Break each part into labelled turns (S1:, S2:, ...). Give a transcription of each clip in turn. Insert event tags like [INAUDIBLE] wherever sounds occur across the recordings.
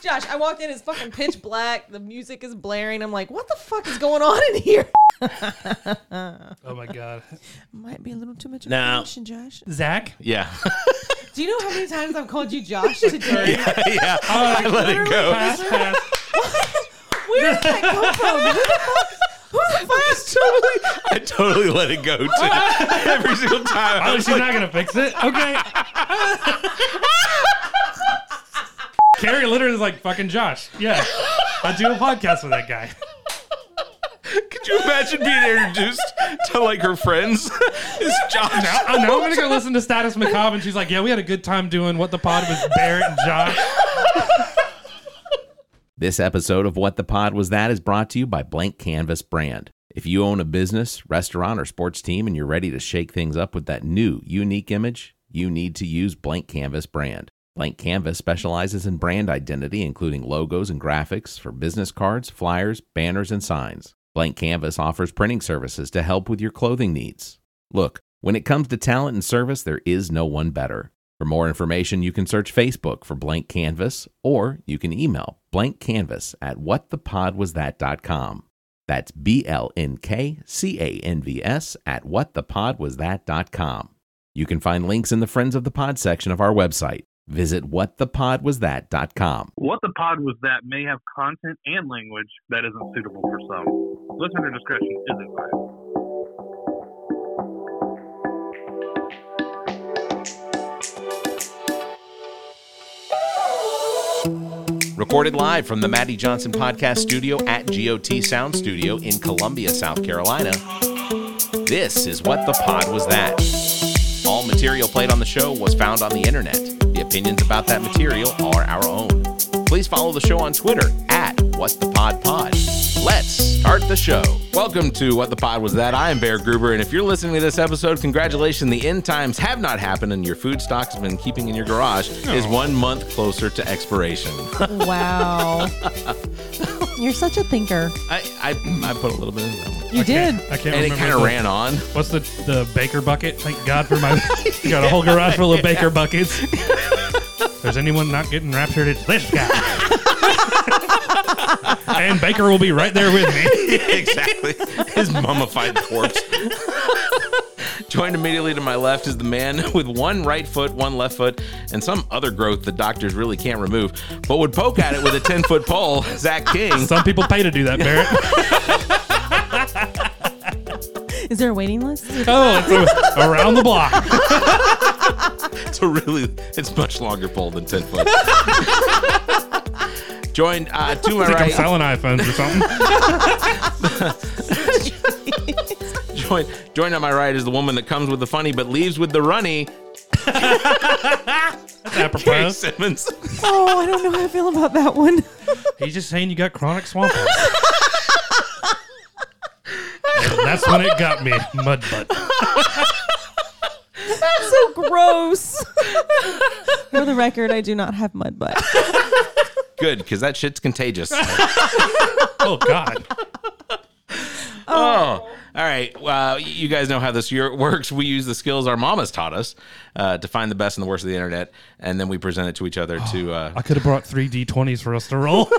S1: Josh, I walked in, it's fucking pitch black. The music is blaring. I'm like, what the fuck is going on in here?
S2: Oh my god,
S1: Might be a little too much
S3: No.
S1: information, Josh.
S2: Zach.
S3: Yeah. [LAUGHS]
S1: Do you know how many times I've called you Josh today?
S3: yeah. I let it go.
S2: Pass, [LAUGHS] pass.
S1: Where did that come from? Who the fuck? Who the fuck?
S3: totally, I totally let it go too. Every single time. I
S2: Oh,
S3: was
S2: she's not gonna fix it. Okay. [LAUGHS] Carrie literally is like fucking Josh. Yeah, I do a podcast with that guy.
S3: like, could you imagine being introduced to like her friends? [LAUGHS] it's Josh.
S2: Now, oh, now I'm gonna go listen to Status Macabre, and she's like, "Yeah, we had a good time doing what the pod was Barrett and Josh."
S4: This episode of What the Pod Was That is brought to you by Blank Canvas Brand. If you own a business, restaurant, or sports team and you're ready to shake things up with that new, unique image, you need to use Blank Canvas Brand. Blank Canvas specializes in brand identity, including logos and graphics for business cards, flyers, banners, and signs. Blank Canvas offers printing services to help with your clothing needs. Look, when it comes to talent and service, there is no one better. For more information, you can search Facebook for Blank Canvas or you can email blank canvas at whatthepodwasthat.com. That's B L N K C A N V S at whatthepodwasthat.com. You can find links in the Friends of the Pod section of our website. Visit whatthepodwasthat.com.
S5: um, What the pod was that may have content and language that isn't suitable for some. Listener discretion is advised.
S4: Recorded live from the Maddie Johnson Podcast Studio at GOT Sound Studio in Columbia, South Carolina. This is What the Pod Was That. All material played on the show was found on the internet. The opinions about that material are our own. Please follow the show on Twitter at What the Pod Pod. Let's start the show. Welcome to What the Pod Was That. I am Bear Gruber, and if you're listening to this episode, congratulations. The end times have not happened, and your food stock has been keeping in your garage is one month closer to expiration.
S1: Wow. You're such a thinker.
S4: I, I, I put a little bit in that one.
S1: You did.
S2: I can't
S4: And it
S2: remember.
S4: kind of
S2: the-
S4: ran on. [LAUGHS]
S2: What's the the baker bucket? Thank God for my. you got a whole garage full of baker buckets. If There's anyone not getting raptured? It's this
S4: [LAUGHS]
S2: guy. and Baker will be right there with me.
S4: exactly. His mummified corpse. [LAUGHS] Joined immediately to my left is the man with one right foot, one left foot, and some other growth that doctors really can't remove, but would poke at it with a 10 foot [LAUGHS] pole, Zach King.
S2: Some people pay to do that,
S1: [LAUGHS]
S2: Barrett.
S1: Is there a waiting list?
S2: Oh, it's a- around the block.
S4: It's a really, it's much longer pole than 10 foot. [LAUGHS] Joined uh, to my
S2: Think I'm
S4: right,
S2: selling iPhones or something.
S4: joined, joined on my right is the woman that comes with the funny but leaves with the runny, Carrie
S2: Apropos.
S4: Simmons. [LAUGHS]
S1: Oh, I don't know how I feel about that one.
S2: [LAUGHS]
S1: [LAUGHS]
S2: He's just saying you got chronic swamp. ass. And [LAUGHS] That's when it got me, mud butt.
S1: That's so [LAUGHS] gross. For the record, I do not have mud butt.
S4: Good, because that shit's contagious.
S2: Oh God!
S4: Oh, all right. Well, you guys know how this year works. We use the skills our mamas taught us uh, to find the best and the worst of the internet, and then we present it to each other
S1: [GASPS]
S4: to. Uh,
S2: I could have brought three D20s for us to roll.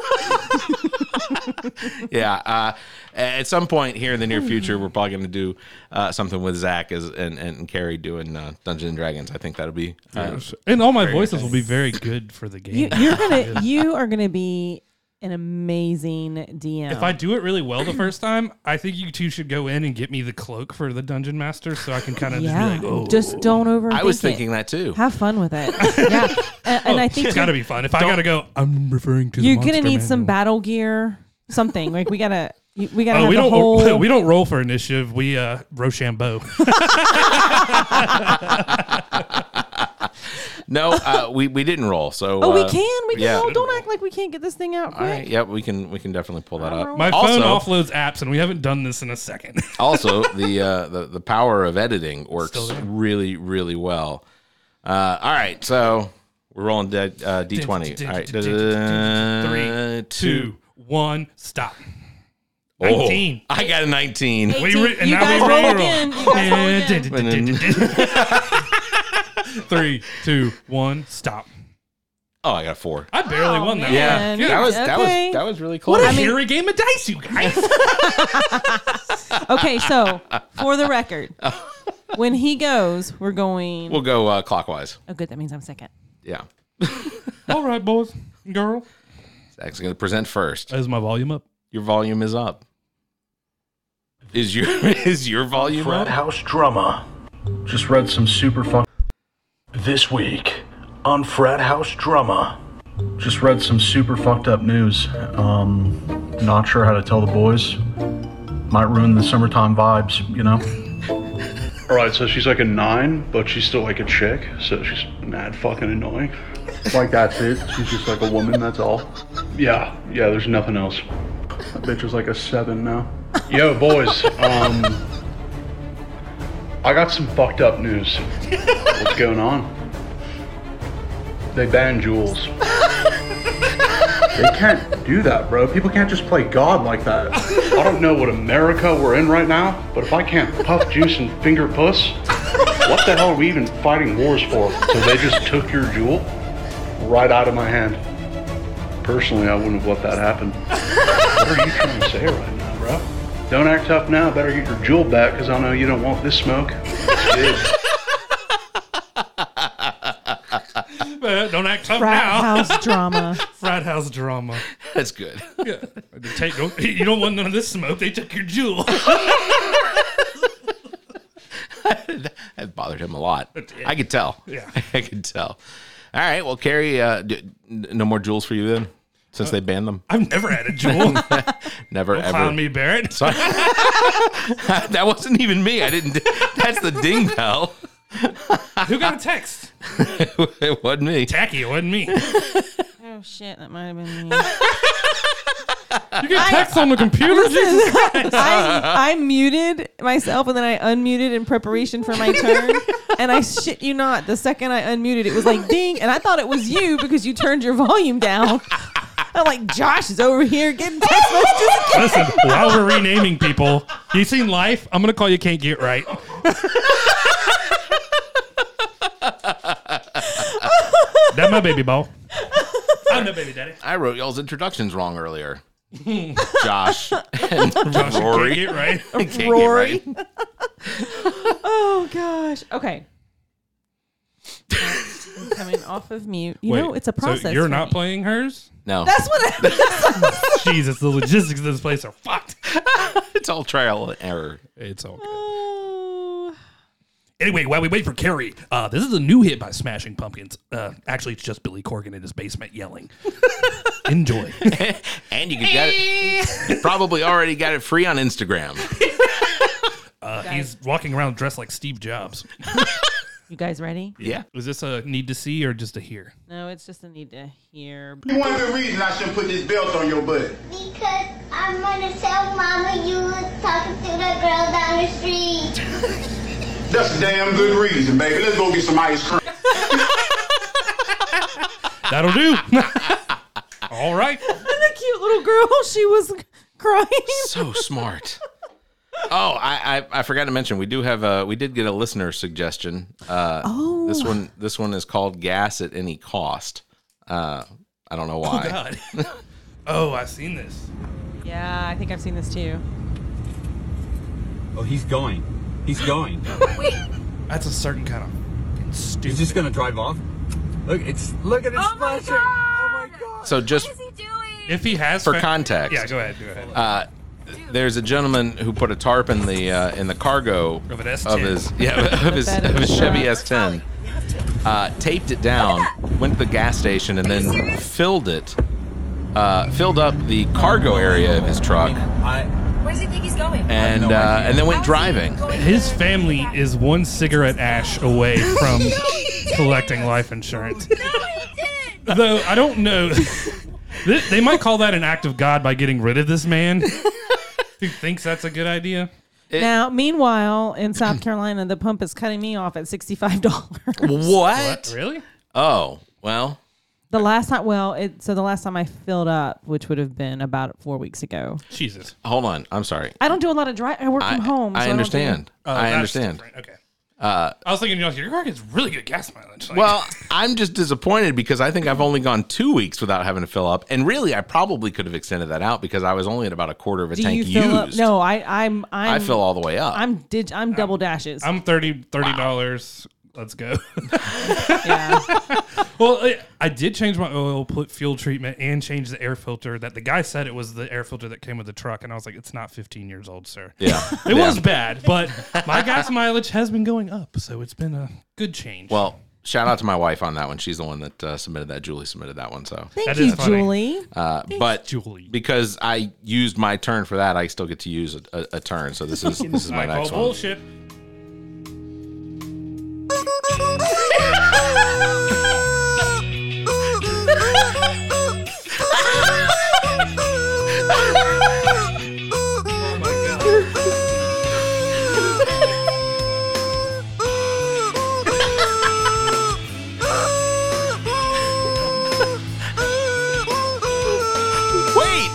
S4: yeah. Uh, at some point here in the near future, we're probably going to do uh, something with Zach as, and and Carrie doing uh, Dungeons and Dragons. I think that'll be. Uh,
S2: And all my voices will be very good for the
S1: You,
S2: [LAUGHS] game.
S1: you're gonna, you are gonna be an amazing DM.
S2: If I do it really well the first time, I think you two should go in and get me the cloak for the dungeon master, so I can kind of
S1: yeah,
S2: just be like, "Oh,
S1: just don't overthink.
S4: I was
S1: it.
S4: thinking that too.
S1: Have fun with
S2: [LAUGHS]
S1: it. yeah, and, and I think
S2: it's
S1: you-
S2: got to be fun." If I Oh, gotta go, I'm referring to.
S1: you're
S2: the
S1: gonna
S2: monster
S1: need some
S2: manual."
S1: battle gear, something like we gotta, you- we gotta
S2: Oh,
S1: have
S2: we
S1: the
S2: don't
S1: whole.
S2: [LAUGHS] we don't roll for initiative. We uh
S1: [LAUGHS]
S2: Rochambeau.
S4: No, uh, we we didn't roll. So.
S1: oh, we
S4: uh,
S1: can, we can.
S4: yeah.
S1: all- Don't act like we can't get this thing out
S4: All right.
S1: quick.
S4: Yep. We can we can definitely pull that up.
S2: My
S4: Also-
S2: phone offloads apps, and we haven't done this in a second.
S4: also the, uh, the the power of editing works really really well uh, all right so we're rolling d, uh, d20 all right
S2: Three, [LAUGHS] two, one, stop.
S4: Oh,
S2: 19.
S4: i got a 19 [LAUGHS]
S2: We
S1: See,
S2: re- and
S1: you
S2: now
S1: guys
S2: we
S1: roll
S2: roll.
S1: again. You guys roll again.
S2: [LAUGHS]
S4: again.
S2: Three, two, one, stop.
S4: Oh, I got a four.
S2: I barely
S1: Oh,
S2: won that.
S1: man.
S2: one.
S1: Yeah,
S6: that was that was
S1: okay.
S6: that was really cool.
S2: What a
S1: I mean-
S2: hairy game of dice, you guys.
S1: Okay, so for the record, when he goes, we're going.
S4: We'll go uh, clockwise.
S1: oh, good. That means I'm second.
S4: Yeah.
S2: [LAUGHS] All right, boys, and girl.
S4: Zach's going to present first.
S2: Is my volume up?
S4: Your volume is up. Is your [LAUGHS] is your volume
S7: Frat
S4: up?
S7: House Drummer. Just read some super fun. This week on Frat House Drummer. Just read some super fucked up news. Um, not sure how to tell the boys. Might ruin the summertime vibes, you know? [LAUGHS] Alright, so she's like a nine, but she's still like a chick, so she's mad fucking annoying. Like, that's it. She's just like a woman, that's all. Yeah, yeah, there's nothing else. That bitch is like a seven now. Yo, boys, um. I got some fucked up news. What's going on? They banned Jules. They can't do that, bro. People can't just play God like that. I don't know what America we're in right now, but if I can't puff juice and finger puss, what the hell are we even fighting wars for? So they just took your jewel right out of my hand. Personally, I wouldn't have let that happen. What are you trying to say right now, bro? Don't act tough now. Better get your jewel back, because I know you don't want this
S8: [LAUGHS]
S7: smoke. It's big.
S2: Uh, don't act tough
S1: Frat
S2: now. [LAUGHS]
S1: house drama.
S2: Frat house drama.
S4: That's good.
S2: Yeah. Take, don't, [LAUGHS] you don't want none of this smoke. They took your jewel. [LAUGHS]
S4: That bothered him a lot. I could tell.
S2: Yeah.
S4: [LAUGHS] I could tell. All right. Well, Carrie, uh, d- n- no more jewels for you then, since they
S2: [LAUGHS]
S4: banned them. [LAUGHS]
S2: I've never had a jewel.
S4: Never [LAUGHS] ever.
S2: Clown me, Barrett.
S4: Sorry. [LAUGHS] that wasn't even me. I didn't. [LAUGHS] That's the ding bell.
S2: Who got a text?
S4: [LAUGHS] it wasn't me.
S2: Tacky, it wasn't me.
S1: Oh shit, that might have been me.
S2: You get texts on the computer?
S1: [LAUGHS]
S2: Jesus Christ.
S1: I, I muted myself and then I unmuted in preparation for my [LAUGHS] turn. And I shit you not, the second I unmuted, it was like ding, and I thought it was you because you turned your volume down. I'm like, Josh is over here getting text messages again.
S2: Listen,
S1: [LAUGHS]
S2: while we're renaming people, you seen Life? I'm going to call you Can't Get Right. That's my baby ball. I'm the baby daddy.
S4: I wrote y'all's introductions
S2: [LAUGHS]
S4: wrong earlier. Josh and
S2: Josh, you
S4: Rory. [LAUGHS]
S2: Can't Get Right.
S4: Can't get
S1: Rory.
S4: right.
S1: [LAUGHS] Oh gosh. Okay. I'm coming off of mute. You know,
S2: Wait,
S1: it's a process.
S2: So you're
S1: for
S2: not
S1: me.
S2: playing hers?
S4: No,
S1: [LAUGHS] That's what I
S2: Jesus, the logistics of this place are fucked.
S4: it's all trial and error. [LAUGHS]
S2: It's okay.
S1: Oh.
S2: Anyway, while we wait for Carrie, uh, this is a new hit by Smashing Pumpkins. Uh, actually, it's just Billy Corgan in his
S1: [LAUGHS]
S2: basement yelling. Enjoy.
S4: And you could get
S1: [LAUGHS]
S4: it. Probably already got it free on Instagram.
S2: Uh, he's walking around dressed like Steve Jobs.
S1: You guys ready?
S4: Yeah.
S2: Is this a need to see or just a hear?
S1: No, it's just a need to hear. [LAUGHS]
S9: One of the reasons I shouldn't put this belt on your butt.
S10: Because I'm gonna tell Mama you was talking to the girl down the street.
S9: That's a damn good reason, baby. Let's go get some ice cream.
S2: That'll do. [LAUGHS] All right.
S1: And the cute little girl, she was crying.
S4: So smart. Oh, I, I I forgot to mention we do have a we did get a listener suggestion. Uh,
S1: Oh.
S4: This one this one is called gas at any cost. Uh, I don't know why.
S2: God. Oh, I've seen this.
S1: Yeah, I think I've seen this too.
S11: Oh, he's going. He's going.
S2: That's a certain kind of
S11: he's
S2: stupid.
S11: just gonna drive off. Look, it's look at it splashing. Oh my god!
S4: So just
S2: If he has
S4: For
S2: fa-
S4: context.
S2: Yeah, go ahead. Go ahead.
S4: uh, there's a gentleman who put a tarp in the uh, in the cargo
S2: Of an S10.
S4: of his yeah [LAUGHS] of his,
S1: that
S4: of his
S1: is
S4: Chevy
S1: right.
S4: S10. Uh, taped it down, went to the gas station, and then filled it, uh, filled up the cargo area of his truck,
S11: I
S12: Where does he think he's going?
S4: and
S11: no
S4: uh,
S11: idea.
S4: and then went driving.
S2: His family is one cigarette ash away from collecting life insurance. Though I don't know. [LAUGHS] Th- they might call that an act of God by getting rid of this man who thinks that's a good idea.
S1: now, meanwhile, in South Carolina, the pump is cutting me off at sixty-five dollars.
S4: What?
S2: Really?
S4: Oh well,
S1: the last time, well, it, so the last time I filled up, which would have been about four weeks ago.
S2: Jesus.
S4: hold on. I'm sorry.
S1: I don't do a lot of drive. I work
S4: I,
S1: from home. so
S4: I
S1: don't Oh, do-
S4: understand. I
S2: Oh, that's
S4: understand. Uh,
S2: different. Okay. I was thinking, you know, your car gets really good gas mileage. Like,
S4: Well, I'm just disappointed because I think I've only gone two weeks without having to fill up, and really, I probably could have extended that out because I was only at about a quarter of a
S1: Do
S4: tank
S1: you fill up?
S4: used.
S1: No, I, I'm, I'm,
S4: I fill all the way up.
S1: I'm, dig- I'm double dashes.
S2: I'm 30 dollars. Let's go. [LAUGHS]
S1: yeah.
S2: well, I, I did change my oil pl- fuel treatment and change the air filter. That the guy said it was the air filter that came with the truck, and I was like, it's not 15 years old, sir.
S1: [LAUGHS]
S4: yeah,
S2: It
S4: Yeah.
S2: was bad,
S4: [LAUGHS]
S2: but my gas mileage has been going up, so it's been a good change.
S4: Well, shout out to my wife on that one. She's the one that uh, submitted that. Julie submitted that one. So,
S1: Thank
S2: That
S1: you,
S2: is funny.
S1: Julie.
S4: uh, but
S2: Julie.
S4: because I used my turn for that, I still get to use a, a, a turn. So this is this is my
S2: I call
S4: next one.
S2: bullshit. Oh
S4: Wait,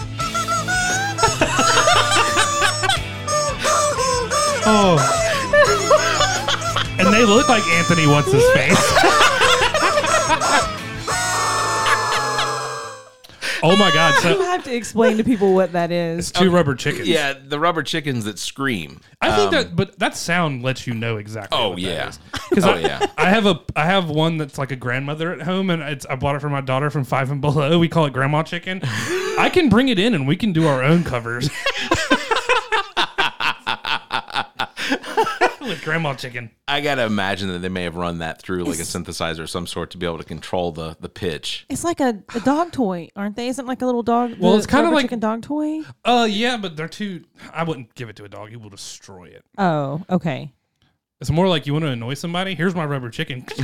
S2: Oh. and they look like Anthony wants his face. [LAUGHS] oh my god!
S1: You
S2: So
S1: have to explain to people what that
S2: it's
S1: is.
S2: two rubber chickens.
S4: yeah, the rubber chickens that scream.
S2: I think that, but that sound lets you know exactly.
S4: Oh
S2: what that
S4: yeah,
S2: is.
S4: [LAUGHS] oh
S2: I,
S4: yeah.
S2: I have a I have one that's like a grandmother at home, and it's I bought it for my daughter from Five and Below. We call it Grandma Chicken. I can bring it in, and we can do our own covers [LAUGHS] with Grandma Chicken.
S4: I gotta imagine that they may have run that through like a synthesizer of some sort to be able to control the the pitch.
S1: It's like a, a dog toy, aren't they? Isn't it like a little dog?
S2: Well,
S1: the
S2: it's kinda
S1: rubber
S2: like-
S1: chicken dog toy.
S2: Uh, yeah, but they're too. I wouldn't give it to a dog. He will destroy it.
S1: Oh, okay.
S2: It's more like you want to annoy somebody. Here's my rubber chicken. [LAUGHS]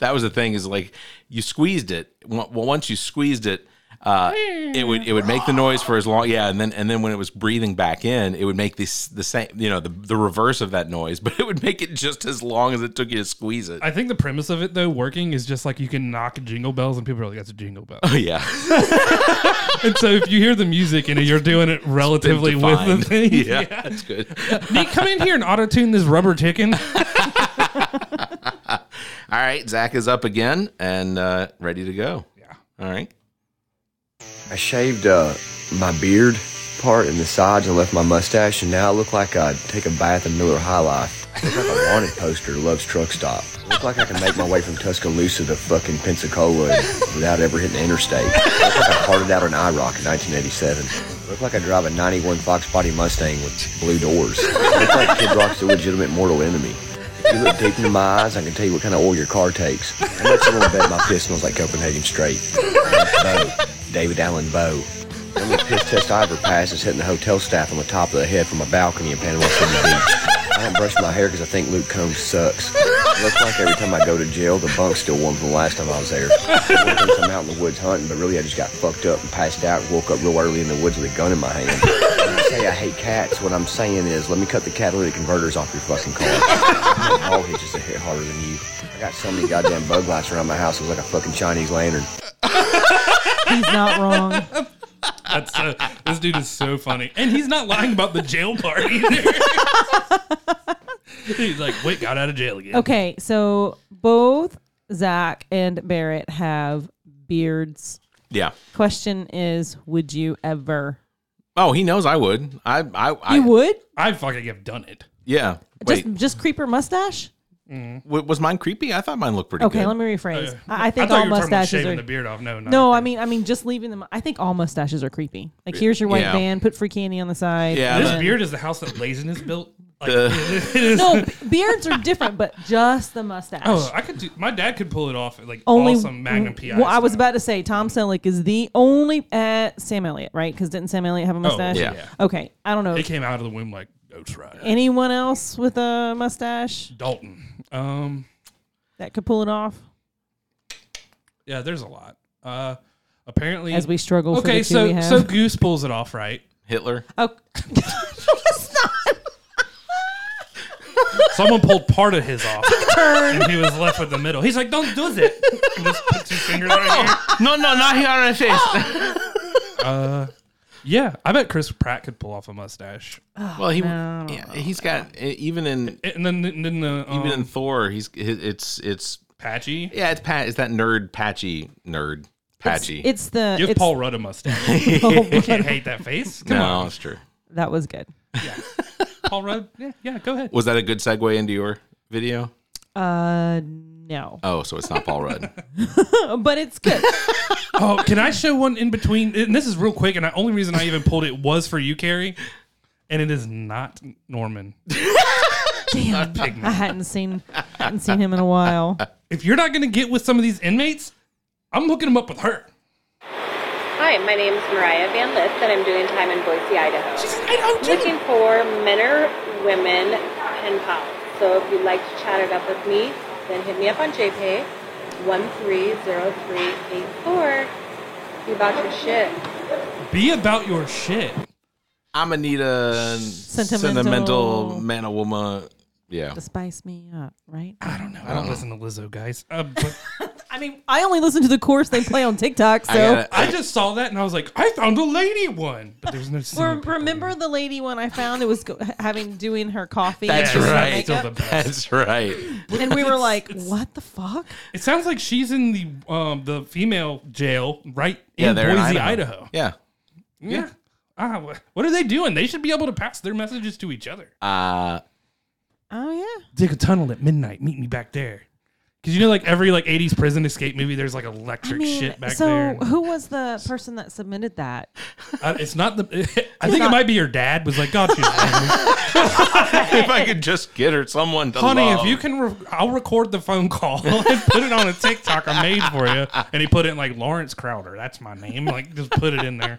S4: That was the thing is like you squeezed it. Well, once you squeezed it, uh, it would it would make the noise for as long. Yeah, and then and then when it was breathing back in, it would make this the same. You know, the the reverse of that noise, [LAUGHS] but it would make it just as long as it took you to squeeze it.
S2: I think the premise of it though working is just like you can knock jingle bells, and people are like, "That's a jingle bell." [LAUGHS]
S4: Oh [LAUGHS] [LAUGHS] yeah,
S2: and so if you hear the music and you're doing it relatively with the
S4: Defined.
S2: thing,
S4: [LAUGHS] Yeah, that's good.
S2: Nick, come in here and auto tune this rubber chicken.
S4: All right, Zach is up again and uh, ready to go.
S2: Yeah.
S4: All right.
S11: I shaved uh, my beard part and the sides and left my mustache, and now I look like I take a bath in Miller High Life. I look like a wanted poster to Love's Truck Stop. I look like I can make my way from Tuscaloosa to fucking Pensacola without ever hitting the interstate. I look like I parted out an IROC in 1987. I look like I drive a 91 Fox Body Mustang with blue doors. I look like Kid Rock's the legitimate mortal enemy. If you look deep into my eyes, I can tell you what kind of oil your car takes. I let someone bet my piss smells like Copenhagen Straight. Bow, David Allen Bow. The only piss test I ever passed is hitting the hotel staff on the top of the head from a balcony in Panama City Beach. I haven't brushed my hair because I think Luke Combs sucks. It looks like every time I go to jail, the bunk's still warm from the last time I was there. I think I'm out in the woods hunting, but really I just got fucked up and passed out and woke up real early in the woods with a gun in my hand. When I say I hate cats, what I'm saying is let me cut the catalytic converters off your fucking car. My all hitches a hit harder than you. I got so many goddamn bug lights around my house, it was like a fucking Chinese lantern.
S1: He's not
S2: [LAUGHS]
S1: wrong.
S2: That's so, this dude is so funny, and he's not lying about the jail part either. he's like, "Wait, got out of jail again."
S1: Okay, so both Zach and Barrett have beards.
S4: Yeah.
S1: Question is, would you ever?
S4: Oh, he knows I would. I I, I
S1: You would
S2: I fucking have done it.
S4: Yeah. Wait,
S1: just just creeper mustache.
S4: w- was mine creepy? I thought mine looked pretty
S1: Okay,
S4: good.
S1: let me rephrase. I, I
S2: Uh, I
S1: think
S2: thought
S1: all
S2: you were talking about
S1: mustaches
S2: shaving
S1: are.
S2: the beard off. No, not
S1: no, I mean, I mean, just leaving them. I think all mustaches are creepy. Like, here's your white
S4: Yeah.
S1: band. Put free candy on the side.
S4: Yeah,
S1: and
S2: this
S4: that-
S1: then-
S2: beard is the house that laziness built. Like,
S4: Uh.
S2: [LAUGHS] it is-
S1: No, b- beards are different, but just the mustache.
S2: Oh, I could do. My dad could pull it off. at, Like
S1: only
S2: awesome Magnum PI.
S1: Well, I was
S2: style.
S1: about to say Tom Selleck is the only uh, Sam Elliott, right? Because didn't Sam Elliott have a mustache?
S4: yeah.
S1: Okay, I don't know.
S2: Oh, It came out of the womb like "Oh, Ghost Rider.
S1: Anyone else with a mustache
S2: Dalton. Um.
S1: that could pull it off?
S2: Yeah, there's a lot. Uh, apparently,
S1: As we struggle. for the
S2: okay,
S1: two we
S2: so
S1: have.
S2: so Goose pulls it off right.
S4: [LAUGHS] Hitler.
S1: Oh, [LAUGHS]
S2: Someone pulled part of his off, and he was left with the middle. He's like, "Don't do that." And just put two fingers right here.
S1: Oh!
S4: No, no, not here on my face.
S2: Uh, Yeah, I bet Chris Pratt could pull off a mustache.
S4: [LAUGHS] well, he
S1: no.
S4: yeah, he's got e, even in
S2: And then, and then the um,
S4: even in Thor, he's hi- it's it's
S2: patchy.
S4: yeah, it's pat. It's that nerd patchy nerd patchy.
S1: It's the
S2: Give
S1: it's, [LAUGHS]
S2: Paul Rudd a mustache.
S1: Paul
S2: you
S1: Rudd.
S2: can't hate that face. Come
S4: no,
S2: on,
S4: it's true.
S1: [LAUGHS] That was good.
S2: Paul Rudd. Yeah, yeah, go ahead.
S4: Was that a good segue into your video?
S1: Uh, no,
S4: Oh, so it's not Paul Rudd.
S2: [LAUGHS]
S1: but it's good.
S2: Oh, can I show one in between? And this is real quick, and the only reason I even pulled it was for you, Carrie. And it is not Norman.
S1: Damn, I hadn't seen hadn't seen him in a while.
S2: If you're not gonna get with some of these inmates, I'm hooking them up with her.
S6: Hi, my name is Mariah Van List, and I'm doing time in Boise, Idaho. Looking for men or women pen pals. So if you'd like to chat it up with me, then hit me up on JPay 130384. Be about your shit.
S2: Be about your shit.
S4: I'm gonna need a
S1: Sentimental.
S4: sentimental man or woman. Yeah,
S1: To spice me up, right?
S2: I don't know. I don't, listen to Lizzo, guys. Uh, but
S1: I mean, I only listen to the chorus they play on TikTok, so.
S4: I gotta, [LAUGHS]
S2: I just saw that and I was like, I found a lady one. But there's no.
S1: Or
S2: singing.
S1: remember the lady one I found? It was go- having doing her coffee.
S4: That's
S1: and her
S4: right.
S1: makeup?
S2: Still the best.
S4: that's right.
S1: And we were like, "What the fuck?"
S2: It sounds like she's in the um the female jail right
S4: Yeah,
S2: in
S4: they're
S2: Boise,
S4: in
S2: Idaho.
S4: Idaho. Yeah.
S2: Yeah. Ah, wh- what are they doing? They should be able to pass their messages to each other.
S4: Uh,
S1: Oh yeah,
S2: dig a tunnel at midnight. Meet me back there. Because you know, like every like '80s prison escape movie, there's like
S1: I
S2: electric
S1: mean,
S2: shit back
S1: so
S2: there.
S1: who was the person that submitted that?
S2: I, it's not the. [LAUGHS] I think it
S1: not-
S2: might be your dad was like, "God, she's lonely."
S4: if I could just get her someone to
S2: honey, if
S4: love."
S2: you can, re- I'll record the phone call [LAUGHS] and put it on a TikTok I made for you." And he put it in like Lawrence Crowder. That's my name. Like, just put it in there.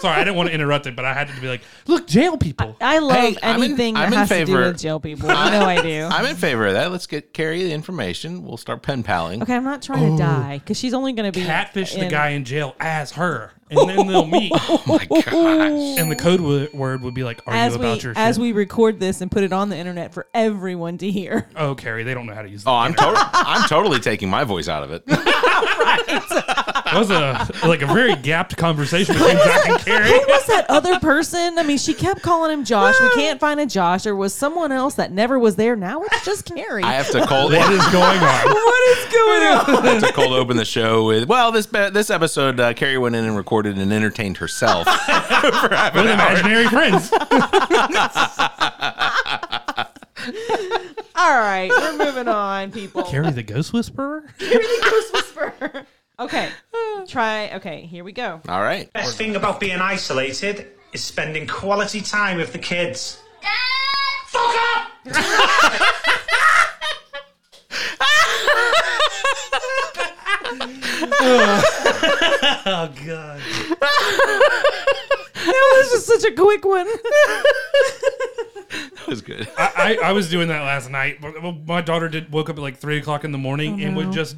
S2: Sorry, I didn't want to interrupt it, but I had to be like, "Look, jail people."
S1: I love
S4: Hey, I'm in-
S1: anything
S4: I'm in
S1: that has to do
S4: favor.
S1: with jail people. I
S4: [LAUGHS]
S1: know I do.
S4: I'm in favor of that. Let's get Carrie the information. We'll start pen paling.
S1: Okay, I'm not trying to die because she's only going to be
S2: Catfish the
S1: in-
S2: guy in jail as her, and then they'll meet.
S4: Oh
S2: And the code wo- word would be like, "Are
S1: as
S2: you
S1: we
S2: about your
S1: as
S2: shit?
S1: we record this and put it on the internet for everyone to hear. [LAUGHS]
S2: Oh, Carrie, they don't know how to use.
S4: Oh, I'm totally, I'm totally taking my voice out of it.
S2: That was a like a very gapped conversation between Jack and Carrie.
S1: Who was that other person? I mean, she kept calling him Josh. We can't find a Josh. Or was someone else that never was there? Now it's just Carrie.
S4: I have to cold,
S2: What is going
S1: [LAUGHS]
S2: on?
S1: what is going on?
S4: [LAUGHS] I have to cold open the show with. Well, this be- this episode, uh, Carrie went in and recorded and entertained herself.
S2: With imaginary friends.
S1: All right, we're moving on, people.
S2: Carrie the Ghost Whisperer?
S1: Okay, try. Okay, here we go.
S4: All right.
S5: Best thing about being isolated is spending quality time with the kids.
S2: Oh god.
S1: That was just such a quick one.
S4: That was good.
S2: I, I, I was doing that last night. but- but My daughter did woke up at like three o'clock in the morning and would just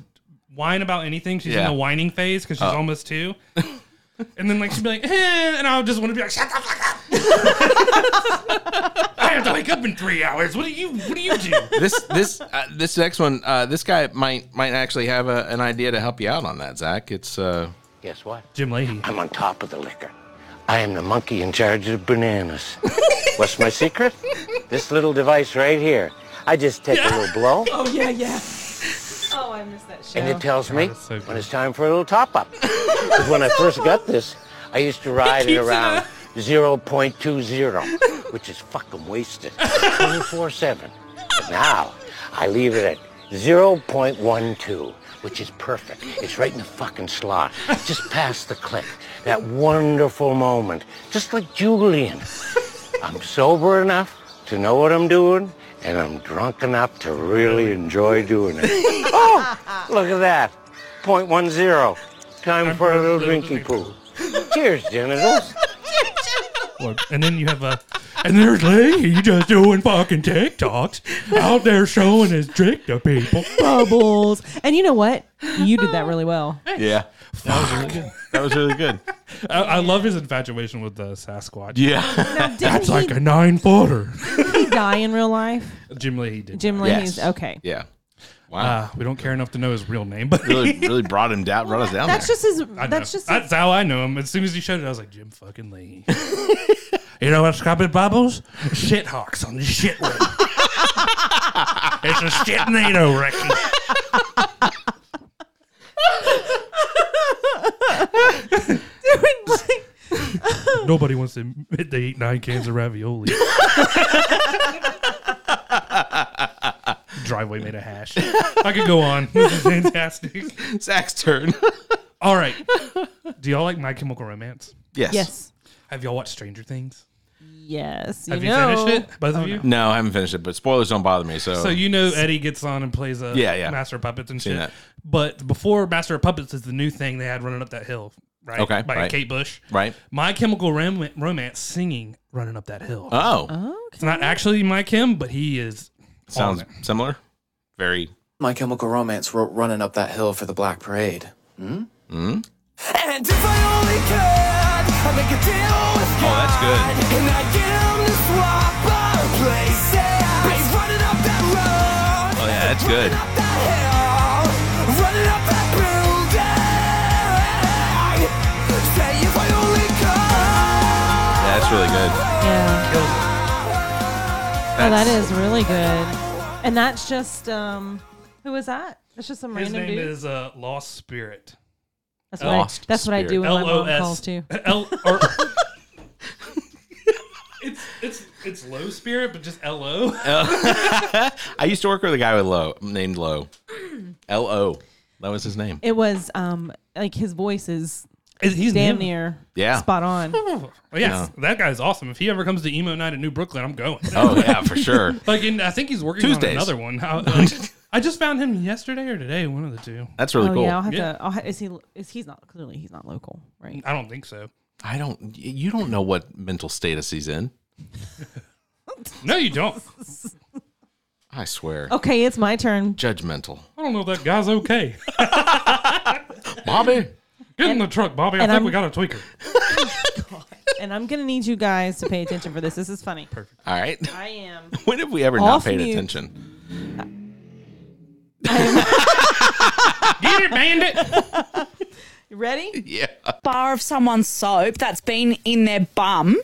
S2: whine about anything. She's
S4: Yeah.
S2: in the whining phase because she's almost two. And then like she'd be like, eh, and I would just want to be like, shut the fuck up. I have to wake up in three hours. What do you what do you do?
S4: This this uh, this next one, uh, this guy might might actually have a, an idea to help you out on that, Zach. It's uh,
S12: Guess what?
S2: Jim Leahy.
S12: I'm on top of the liquor. I am the monkey in charge of the bananas. [LAUGHS] What's my secret? This little device right here. I just take a little blow,
S1: Oh yeah, yeah. Oh, I missed that show.
S12: and it tells me
S2: that's so
S12: when
S2: good.
S12: it's time for a little top up. 'Cause when I first got this, I used to
S1: [LAUGHS]
S12: ride it around 0.20, which is fucking wasted 24 7. But now I leave it at 0.12, which is perfect. It's right in the fucking slot, just past the click. That wonderful moment, just like Julian. I'm sober enough to know what I'm doing, and I'm drunk enough to really enjoy doing it. oh, look at that. 0.10. Time for a little drinky poo. Cheers, genitals.
S2: Look, and then you have a, and there's Lee. He just doing fucking TikToks out there showing his trick to people.
S1: Bubbles. And you know what? You did that really well.
S4: yeah, that was really good. That was really good.
S2: I, I love his infatuation with the Sasquatch.
S4: Yeah,
S1: Now, did
S2: That's
S1: he,
S2: like a nine footer.
S1: did he [LAUGHS] die in real life?
S2: Jim Lee did.
S1: Jim
S4: Yes.
S1: Leahy's okay.
S4: yeah. Wow.
S2: Uh, we don't care enough to know his real name, but
S4: really, really brought him down, brought us down
S1: That's
S4: there.
S1: just his.
S2: [LAUGHS] I know.
S1: That's just.
S2: that's how I know him. As soon as he showed it, I was like Jim
S1: [LAUGHS]
S2: fucking Lee. you know what's called in Bibles? Shithawks on the shit road. it's a shit NATO, Ricky.
S1: [LAUGHS]
S2: Nobody wants to admit they eat nine cans of
S4: [LAUGHS]
S2: ravioli. Driveway made a hash. I could go on. This is fantastic.
S4: Zach's turn.
S2: All right. Do y'all like My Chemical Romance?
S4: [LAUGHS] Yes.
S1: Yes.
S2: Have y'all watched Stranger Things?
S1: Yes.
S2: Have you
S1: know.
S2: finished it, both of you?
S4: Oh, No, I haven't finished it, but spoilers don't bother me. So,
S2: So you know Eddie gets on and plays a
S4: Yeah, yeah.
S2: Master of Puppets and
S4: Seen
S2: shit.
S4: that.
S2: But before Master of Puppets is the new thing they had running up that hill, right?
S4: Okay,
S2: By
S4: right.
S2: Kate Bush.
S4: Right.
S2: My Chemical Rom- Romance singing running up that hill.
S4: Oh.
S2: It's not actually Mike Kim, but he is.
S4: Sounds similar. Very.
S13: My Chemical Romance wrote Running Up That Hill for the Black Parade. Hmm?
S4: Mm?
S8: And if I only could, I'd make a deal with
S4: Oh, that's good.
S8: God, and I'd get him to swap our places. But he's running up that road,
S4: Oh yeah, that's good.
S8: running up that building. Say if I only could.
S4: Yeah, that's really good.
S1: Yeah. Oh, that
S4: That's-
S1: is really good. And that's just um, who is that? That's just some
S2: His
S1: random
S2: name
S1: dude.
S2: is uh, Lost Spirit.
S1: That's what I- Lost that's what I do Spirit. when my mom
S2: LOS
S1: calls, too.
S2: L- or-
S1: [LAUGHS]
S2: it's it's it's low spirit, but just L O.
S4: Uh, I used to work with a guy with low named
S1: [CLEARS THROAT]
S4: Low. L O. That was
S1: [LAUGHS]
S4: his name.
S1: It was um, like his voice is
S2: Is- he's
S1: damn
S2: him.
S1: near
S4: Yeah.
S1: spot
S4: [LAUGHS]
S1: on.
S2: Well, yeah, that guy's awesome. If he ever comes to emo night at New Brooklyn, I'm going.
S4: Oh, yeah, for sure.
S2: like, and I think he's working
S4: Tuesdays.
S2: on another one. I, like, I just found him yesterday or today, one of the two.
S4: That's really
S1: oh,
S4: cool.
S1: Yeah, I'll have
S2: Yeah.
S1: to. I'll ha- is he? Is he's not clearly he's not local, right?
S2: I don't think so.
S4: I don't. You don't know what mental status he's in.
S2: No, you don't.
S4: I swear.
S1: Okay, it's my turn.
S4: Judgmental,
S2: I don't know if that guy's okay.
S1: [LAUGHS]
S4: Bobby.
S2: Get in the truck, Bobby. I
S1: and
S2: think
S1: I'm-
S2: we got a tweaker.
S1: And I'm gonna need you guys to pay attention for this. This is funny.
S2: Perfect.
S4: All right. [LAUGHS]
S1: I am.
S4: When have we ever not
S1: Off
S4: paid
S1: mute.
S4: attention?
S2: Get
S1: [LAUGHS]
S2: it, bandit.
S1: You
S2: [LAUGHS]
S1: ready?
S4: Yeah.
S14: Bar of someone's soap that's been in their bum.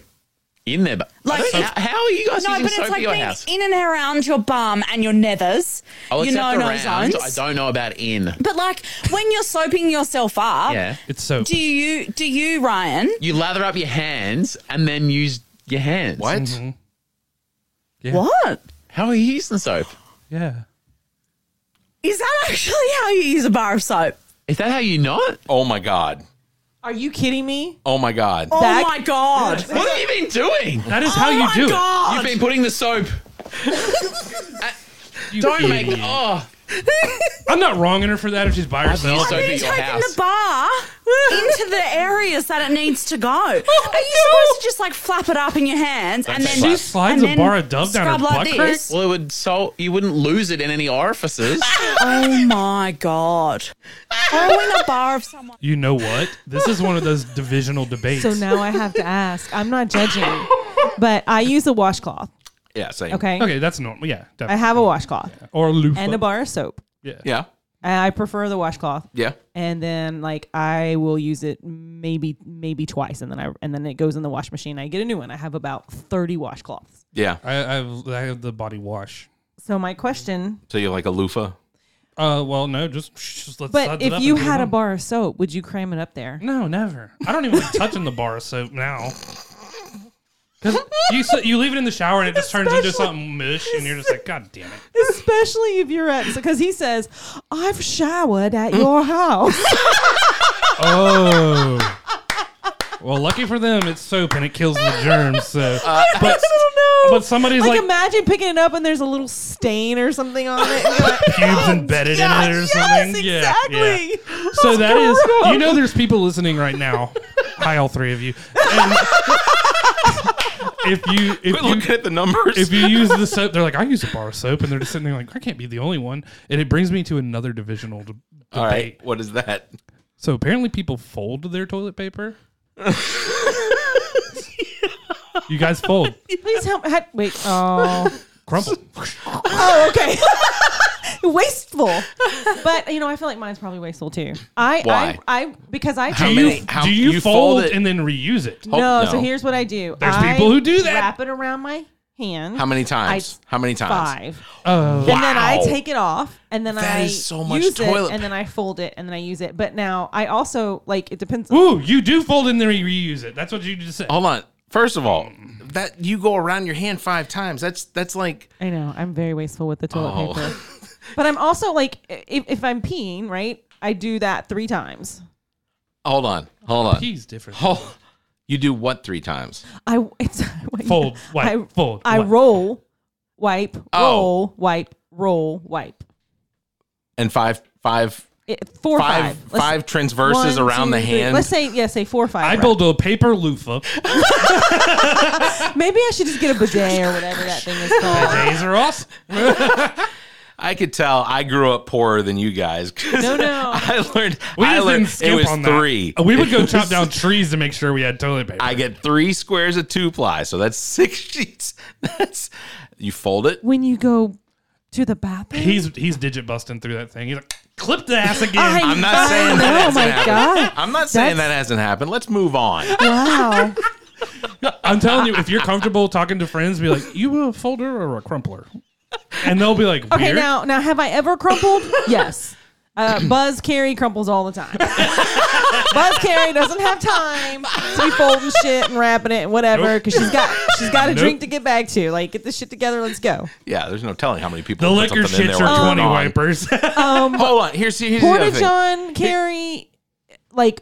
S4: In there, but
S14: Like
S4: how, how are you guys
S14: No,
S4: using
S14: but it's
S4: soap at
S14: like
S4: your
S14: being
S4: house?
S14: in and around your bum and your nethers.
S15: Oh,
S14: you
S15: except
S14: know, no
S15: around.
S14: zones.
S15: I don't know about in.
S14: But like when you're soaping yourself up,
S15: Yeah.
S2: It's soap.
S14: do you do you, Ryan?
S15: You lather up your hands and then use your hands. What?
S14: What?
S15: How are you using soap?
S2: Yeah.
S14: Is that actually how you use a bar of soap?
S15: Is that how you not?
S4: Oh my god.
S1: Are you kidding me?
S4: Oh my god.
S14: Oh
S1: That-
S14: my god.
S15: What have you been doing?
S2: That is how
S14: Oh
S2: you
S14: my
S2: do
S14: God.
S15: You've been putting the soap.
S2: it. You
S15: Don't make.
S2: idiot.
S15: Oh,
S2: I'm not wronging her for that if she's by herself.
S15: used soap at your
S14: Taking
S15: house.
S14: the
S15: [LAUGHS]
S14: bar into the areas that it needs to go.
S15: Oh,
S14: Are you supposed to just like flap it up in your hands and then
S2: She slides
S14: and
S2: a
S14: then
S2: bar of Dove down her
S14: scrub like
S2: butt crack?
S14: this?
S15: Well, it would so you wouldn't lose it in any orifices.
S14: [LAUGHS] Oh my god! Oh, in a bar of someone.
S2: You know what? This is one of those divisional
S1: [LAUGHS]
S2: debates.
S1: So now I have to ask. I'm not judging, but I use a washcloth.
S4: Yeah, same.
S1: Okay.
S2: okay, that's normal. Yeah,
S1: I
S2: definitely.
S1: have a washcloth
S2: or a loofah.
S1: and a bar of soap.
S2: Yeah.
S4: Yeah.
S1: And I prefer the washcloth.
S4: Yeah.
S1: And then like I will use it maybe maybe twice, and then I and then it goes in the wash machine. I get a new one. I have about thirty washcloths.
S4: Yeah.
S2: I, I, have, I have the body wash.
S1: So my question,
S4: So you're like a loofah.
S2: Uh, well, no, just, [LAUGHS] just let's.
S1: but
S2: size it
S1: if
S2: up
S1: you
S2: and do it
S1: had a
S2: on.
S1: bar of soap, would you cram it up there?
S2: no, never. I don't even like touching the bar of soap
S1: [LAUGHS]
S2: now. Because you s- you leave it in the shower and it just turns into
S1: Especially-
S2: something mush, and you're just like, God damn it!
S1: Especially if you're at because he says, "I've showered
S2: Mm.
S1: at your house."
S2: Oh. [LAUGHS] Well, lucky for them, it's soap and it kills the germs.
S1: [LAUGHS]
S2: So, but
S1: I don't know.
S2: but somebody's
S1: like,
S2: like,
S1: imagine picking it up and there's a little stain or something on it. And you're
S2: [LAUGHS]
S1: like, "Oh,
S2: pubes embedded in it or
S1: yes,
S2: something. Yeah, yeah.
S1: exactly.
S2: So that is,
S1: gross.
S2: you know, there's people listening right
S1: [LAUGHS]
S2: now. Hi, all three of you. And if you, if
S4: Quit
S2: you,
S4: looking at the numbers.
S2: if you use the soap, they're like, I use a bar of soap, and they're just sitting there like, I can't be the only one. And it brings me to another divisional de- debate.
S4: All right. What is that?
S2: So apparently, people fold their toilet paper. you guys fold,
S1: Please help. Ha- wait. [LAUGHS] Oh.
S2: crumple.
S1: Oh, okay. [LAUGHS] wasteful. But you know, I feel like mine's probably wasteful too. I
S2: Why?
S1: I, I because I
S2: do you, do you, fold, and then reuse it?
S1: no, so here's what I do.
S2: oh, There's
S1: I
S2: people who do that.
S1: Wrap it around my hand.
S4: How many
S1: I-
S4: times? How many times?
S1: Five.
S2: Uh,
S4: Oh.
S1: And then I
S4: Wow.
S1: take it off, and then
S4: That
S1: I
S4: is so much
S1: use
S4: toilet
S1: it, and then I fold it, and then I use it. But now I also like it depends.
S2: Ooh, you do fold and then reuse it. That's what you just said.
S4: Hold on. First of all, that you go around your hand five times. That's that's like
S1: I know I'm very wasteful with the toilet
S4: Oh. [LAUGHS]
S1: paper, but I'm also like if, if I'm peeing, right? I do that three times.
S4: hold on, hold on.
S2: Pee's different.
S4: Hol- you do what three times?
S1: I [LAUGHS] it's
S4: Fold, wipe,
S1: I,
S4: fold,
S1: I
S4: wipe.
S1: roll, wipe, roll,
S4: Oh.
S1: wipe, roll, wipe.
S4: And five, five,
S1: It, four,
S4: Five-
S1: five, Let's-
S4: five transverses around the
S1: three.
S4: hand.
S1: Let's say yeah, say four or
S2: I
S1: five.
S2: build a paper loofah.
S1: Maybe I should just get a bidet or whatever that thing
S4: [LAUGHS]
S1: is called.
S2: Days are awesome.
S4: I could tell I grew up poorer than you guys. 'cause
S1: No, no.
S4: [LAUGHS] I learned.
S2: We
S4: I
S2: just
S4: learned
S2: didn't skimp
S4: it was
S2: on that.
S4: three.
S2: We would
S4: It
S2: go
S4: was-
S2: chop down trees to make sure we had toilet paper.
S4: I get three squares of two ply, so that's six sheets. [LAUGHS] That's you fold it.
S1: When you go to the bathroom,
S2: He's he's digit busting through that thing. He's like, clip the ass again.
S1: I
S4: I'm not saying that
S1: know,
S4: hasn't
S1: Oh my
S4: happened.
S1: God.
S4: I'm not saying
S1: That's-
S4: that hasn't happened. Let's move on.
S1: wow.
S2: [LAUGHS] I'm telling you, if you're comfortable talking to friends, be like, you a folder or a crumpler? And they'll be like, weird.
S1: Okay, now now have I ever crumpled? [LAUGHS] yes. Uh, Buzz Carey crumples all the
S4: [LAUGHS]
S1: time. Buzz Carey doesn't have time to be folding shit and wrapping it and whatever because she's got she's got a
S4: Nope.
S1: drink to get back to. Like get this shit together. Let's go.
S4: Yeah, there's no telling how many people.
S2: The
S4: put
S2: liquor
S4: something in
S2: shits
S4: there
S2: are
S4: while
S2: 20
S4: you're gone.
S2: wipers. [LAUGHS]
S1: Um,
S4: Hold on. Here's here's the
S1: Porta
S4: other thing.
S1: John Carey like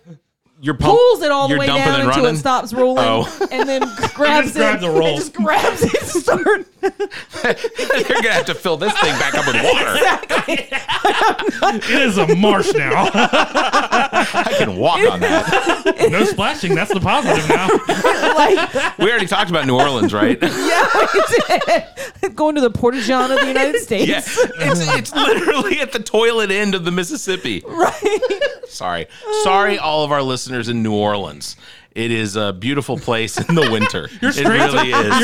S4: Your pump-
S1: pulls it all the
S4: you're
S1: way
S4: dumping
S1: down
S4: and
S1: until
S4: running?
S1: it stops rolling,
S4: Oh.
S1: and then grabs
S2: just
S1: it.
S2: grabs the
S1: and
S2: roll.
S1: just grabs it.
S4: [LAUGHS]
S1: [LAUGHS] Start.
S4: [LAUGHS] You're gonna have to fill this thing back up with water.
S2: it is a marsh now. [LAUGHS]
S4: I can walk on that.
S2: no splashing. That's the positive now.
S4: We already talked about New Orleans, right?
S1: [LAUGHS] Yeah, it did. [LAUGHS] Going to the Porta John of the United
S4: [LAUGHS]
S1: States. [LAUGHS]
S4: Yeah,
S2: [LAUGHS]
S4: it's, it's literally at the toilet end of the Mississippi.
S1: Right.
S4: Sorry, sorry, all of our listeners in New Orleans. It is a beautiful place in
S2: [LAUGHS]
S4: the winter.
S2: Your
S4: it
S2: streets,
S4: really is.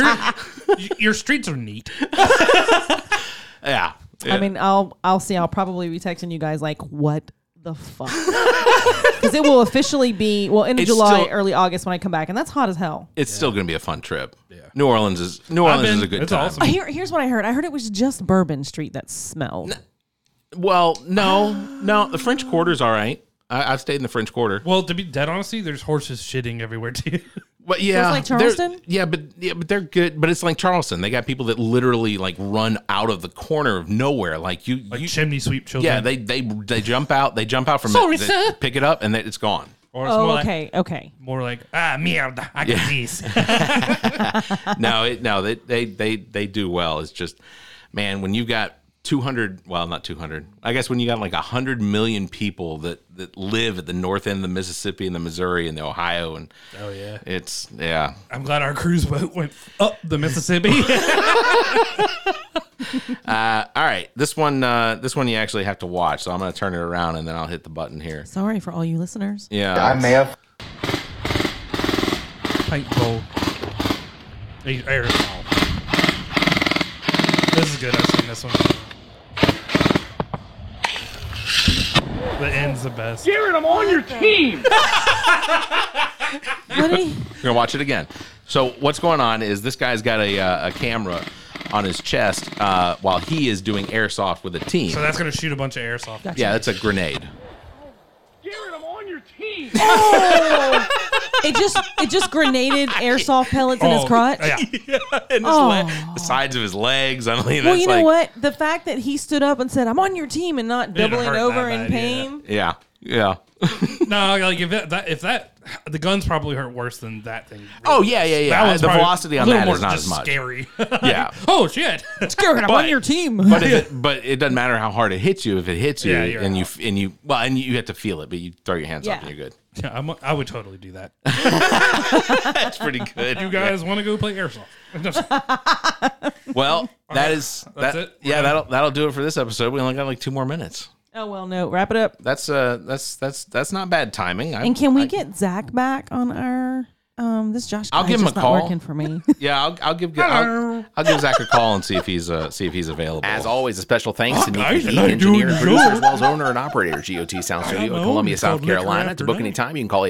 S2: Your, your streets are neat.
S4: yeah.
S1: I mean, I'll I'll see. I'll probably be texting you guys like, what the fuck? [LAUGHS] Because it will officially be well end of
S4: It's
S1: July,
S4: still-
S1: early August when I come back, and that's hot as hell.
S4: it's still gonna be a fun trip. New Orleans is New
S2: I've
S4: Orleans
S2: been-
S4: is a good
S2: it's
S4: time.
S2: awesome.
S1: Here, here's what I heard. I heard it was just Bourbon Street that smelled.
S4: Well, no, no, the French Quarter's all right. I, I've stayed in the French Quarter.
S2: Well, to be dead honestly, there's horses shitting everywhere too.
S4: Well, yeah,
S1: like
S4: they're-
S1: Charleston?
S4: Yeah, but yeah, but they're good. But it's like Charleston. They got people that literally like run out of the corner of nowhere. Like you,
S2: Like
S4: [LAUGHS] you
S2: chimney sweep children.
S4: yeah, they they they jump out. They jump out from
S2: Sorry,
S4: it. they
S2: sir.
S4: Pick it up and they, it's gone.
S2: Or it's more
S1: Oh,
S2: like-
S1: okay, okay.
S2: more like ah mierda, I
S4: Yeah.
S2: got these.
S4: no, it, no, they, they they they do well. It's just, man, when you've got two hundred, well, not two hundred. I guess when you got like hundred million people that that live at the north end of the Mississippi and the Missouri and the Ohio and
S2: Oh, yeah.
S4: it's yeah.
S2: [LAUGHS] I'm glad our cruise boat went up the [LAUGHS] Mississippi.
S4: Uh, all right, this one uh, this one you actually have to watch. So I'm gonna turn it around and then I'll hit the button here.
S1: Sorry for all you listeners.
S4: Yeah,
S11: I may have.
S2: Paintball. Hey, Aerosol. This is good. I've seen this one. The end's the best.
S8: Garrett, I'm on your team.
S4: We're gonna watch it again. So what's going on is this guy's got a, uh, a camera on his chest uh, while he is doing airsoft with a team.
S2: So that's gonna shoot a bunch of airsoft.
S4: yeah, that's a [LAUGHS] grenade.
S8: Garrett, I'm on your team.
S1: Oh, it just it just
S4: [LAUGHS]
S1: grenaded airsoft pellets in his
S2: Oh,
S1: crotch.
S4: Oh,
S1: [LAUGHS]
S4: Yeah, and his
S1: Oh.
S4: leg, the sides of his legs. I mean,
S1: Well,
S4: that's
S1: you know
S4: like,
S1: what? The fact that he stood up and said, "I'm on your team," and not
S2: Didn't
S1: doubling
S2: hurt that
S1: over in
S2: bad, yeah.
S1: pain.
S4: Yeah, yeah.
S2: no, like if that, that if that the guns probably hurt worse than that thing.
S4: Oh yeah, yeah, yeah.
S2: one's
S4: the
S2: probably
S4: velocity
S2: a
S4: on
S2: little
S4: that
S2: more
S4: is not
S2: just
S4: as much.
S2: Scary. [LAUGHS]
S4: Yeah,
S2: oh shit. [LAUGHS]
S1: It's Garrett, I'm
S4: But-
S1: on your team.
S4: but [LAUGHS] if it, but it doesn't matter how hard it hits you. If it hits you,
S2: Yeah, you're
S4: and you and you well, and you have to feel it, but you throw your hands up
S2: Yeah.
S4: and you're good.
S2: Yeah, I'm, I would totally do that.
S4: [LAUGHS] That's pretty
S2: [LAUGHS]
S4: good.
S2: You guys want to go play [LAUGHS] airsoft?
S4: Well, that is
S2: That's it?
S4: that.
S2: We're
S4: Yeah,
S2: done?
S4: that'll that'll do it for this episode. We only got like two more minutes.
S1: [LAUGHS] Oh well, no. Wrap it up.
S4: That's uh, that's that's that's not bad timing. I,
S1: and can we get Zach back on our um, this Josh.
S16: I'll
S1: guy's
S16: give him a
S1: just not
S16: call.
S1: Working for me. [LAUGHS]
S16: Yeah, I'll, I'll give I'll, I'll give Zach a call and see if he's uh, see if he's available.
S4: As always, a special thanks to Nick
S16: guys,
S4: Heath,
S16: how you doing?
S4: engineer and producer,
S16: Sure.
S4: as well as owner and operator of GOT Sound Studio in
S16: know.
S4: Columbia,
S16: It's
S4: South
S16: called Liquor
S4: Carolina.
S16: After
S4: To book
S16: Dark.
S4: anytime, you can call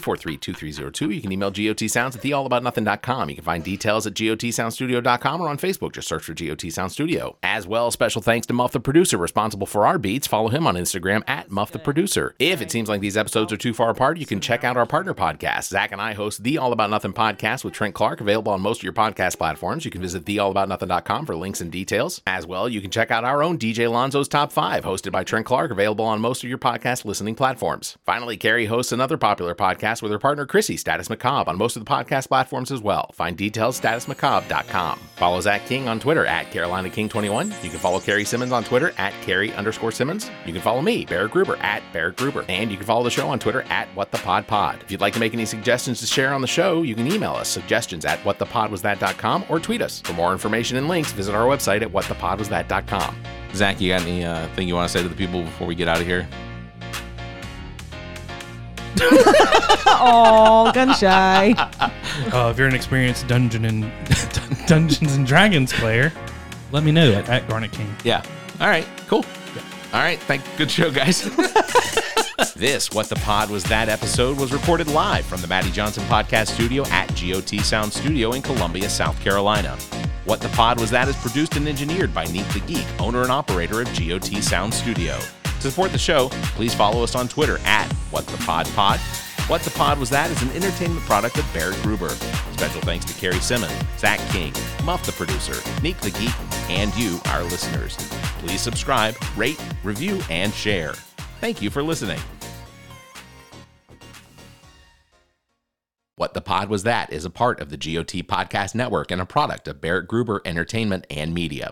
S4: 803-243-2302. You can email gotsounds at theallaboutnothing.com. You can find details at gotsoundstudio.com or on Facebook. Just search for GOT Sound Studio. As well, special thanks to Muff the Producer, responsible for our beats. Follow him on Instagram at Muff the Producer. If it seems like these episodes are too far apart, you can check out our partner podcast. Zach and I host the All About Nothing podcast with Trent Clark, available on most of your podcast platforms. You can visit theallaboutnothing.com for links and details. As well, you can check out our own DJ Lonzo's Top 5, hosted by Trent Clark, available on most of your podcast listening platforms. Finally, Carrie hosts another popular podcast with her partner Chrissy, Status Macabre, on most of the podcast platforms as well. Find details at statusmacabre.com. Follow Zach King on Twitter at Carolina King21. You can follow Carrie Simmons on Twitter at Carrie underscore Simmons. You can follow me, Barrett Gruber, at Barrett Gruber. And you can follow the show on Twitter at WhatThePodPod. If you'd like to make any suggestions to share on the show, you can email us suggestions at whatthepodwasthat.com or tweet us. For more information and links, visit our website at whatthepodwasthat.com.
S16: Zach, you got any uh, thing you want to say to the people before we get out of here?
S1: oh, gun shy.
S2: [LAUGHS] Uh, if you're an experienced dungeon and [LAUGHS] Dungeons and Dragons player, let me know at, at Garnet King.
S16: Yeah. All right. Cool. All right. Thank. Good show, guys. [LAUGHS]
S4: This What the Pod Was That episode was recorded live from the Maddie Johnson Podcast Studio at GOT Sound Studio in Columbia, South Carolina. What the Pod Was That is produced and engineered by Neat the Geek, owner and operator of GOT Sound Studio. To support the show, please follow us on Twitter at What the Pod Pod. What the Pod Was That is an entertainment product of Barrett Gruber. Special thanks to Carrie Simmons, Zach King, Muff the producer, Neek the Geek, and you, our listeners. Please subscribe, rate, review, and share. Thank you for listening. What the Pod Was That is a part of the GOT Podcast Network and a product of Barrett Gruber Entertainment and Media.